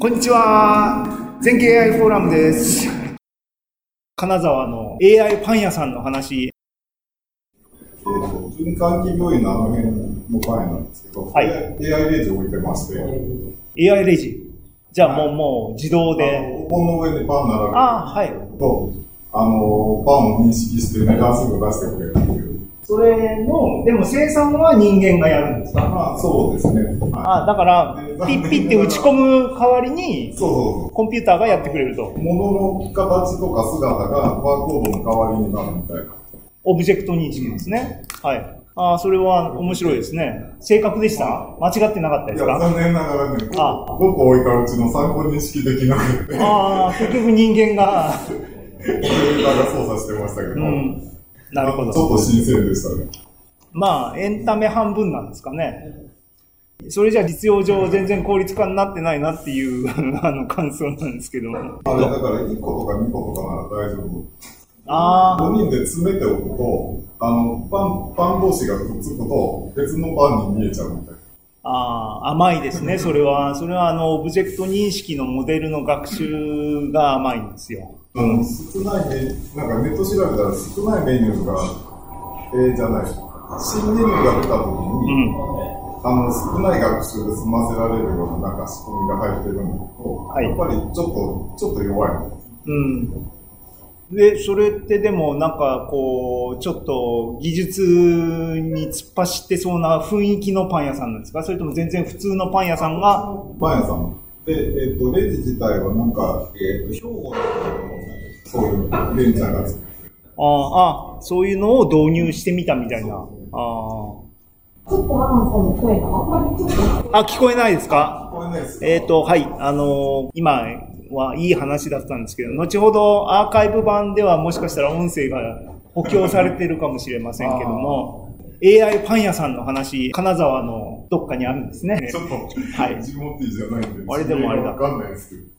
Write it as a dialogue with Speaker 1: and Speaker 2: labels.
Speaker 1: こんにちは全景 AI フォーラムです。金沢の AI パン屋さんの話。
Speaker 2: えー、と循環器病院のあの辺のパンなんですけど、
Speaker 1: はい
Speaker 2: AI レンジ置いてまして、
Speaker 1: AI レジ。じゃあもう、
Speaker 2: は
Speaker 1: もう自動
Speaker 2: あの
Speaker 1: で。
Speaker 2: お盆の上でパン並べ
Speaker 1: ああ、はい。
Speaker 2: ると、あのパンを認識して値段すぐ出してくれるっていう、
Speaker 1: それの、でも生産は人間がやるんですか
Speaker 2: まあそうですね、は
Speaker 1: あだから、ピッピって打ち込む代わり
Speaker 2: い、
Speaker 1: に、
Speaker 2: そうそう
Speaker 1: コンピューターがやってくれると
Speaker 2: そ。う、物の形とか姿がバーコードの代わりになるみたいな、
Speaker 1: オブジェクト認識ですね。はい。ああ、それは面白いですね。正確でした間違ってなかったで
Speaker 2: い
Speaker 1: す
Speaker 2: や、
Speaker 1: か
Speaker 2: 残念ながらね、5
Speaker 1: あ
Speaker 2: 個置いたうちの参考認識できなくて、
Speaker 1: ああ、結局人間が。
Speaker 2: データが操作してましたけど、
Speaker 1: うん。なるほど
Speaker 2: ち。ょっと新鮮でしたね。
Speaker 1: まあ、エンタメ半分なんですかね。それじゃ実用上全然効率化になってないなっていう あの感想なんですけど。
Speaker 2: あれだから1個とか2個とかなら大丈夫。
Speaker 1: あ
Speaker 2: 5人で詰めておくと、あのパンパン同士がくっつくと、別のパンに見えちゃうみたいな。
Speaker 1: あ、ああ、甘いですね、それは。それはあの、オブジェクト認識のモデルの学習が甘いんですよ。
Speaker 2: あの少ないメなんかネット調べたら少ないメニューが、えーじゃない、新メニューが出たとき
Speaker 1: う
Speaker 2: に、
Speaker 1: ん。
Speaker 2: あの少ない学習で済ませられるようななんか仕組みが入ってるんだけど、
Speaker 1: はい
Speaker 2: やっぱりちょっとちょっと弱いの。
Speaker 1: うん。で、それってでもなんかこう、ちょっと技術に突っ走ってそうな雰囲気のパン屋さんなんですかそれとも全然普通のパン屋さんが、
Speaker 2: パン屋さん。で、えっ、と、レジ自体はなんか、えっ、と、兵庫のそういうベンチャーが作って
Speaker 1: ああ、あそういうのを導入してみたみたいな。あ
Speaker 3: ちょっとアマンさんの声があんまりちょっと
Speaker 1: あ。あ、聞こえないですか
Speaker 2: これね、す
Speaker 1: えっ、と、はい、あのー今はいい話だったんですけど、後ほどアーカイブ版ではもしかしたら音声が補強されてるかもしれませんけども、AI パン屋さんの話、金沢のどっかにあるんですね
Speaker 2: ち。ょっと、
Speaker 1: はい
Speaker 2: ジモティーじゃないんで。
Speaker 1: あれでもあれだ
Speaker 2: わかんないですけど。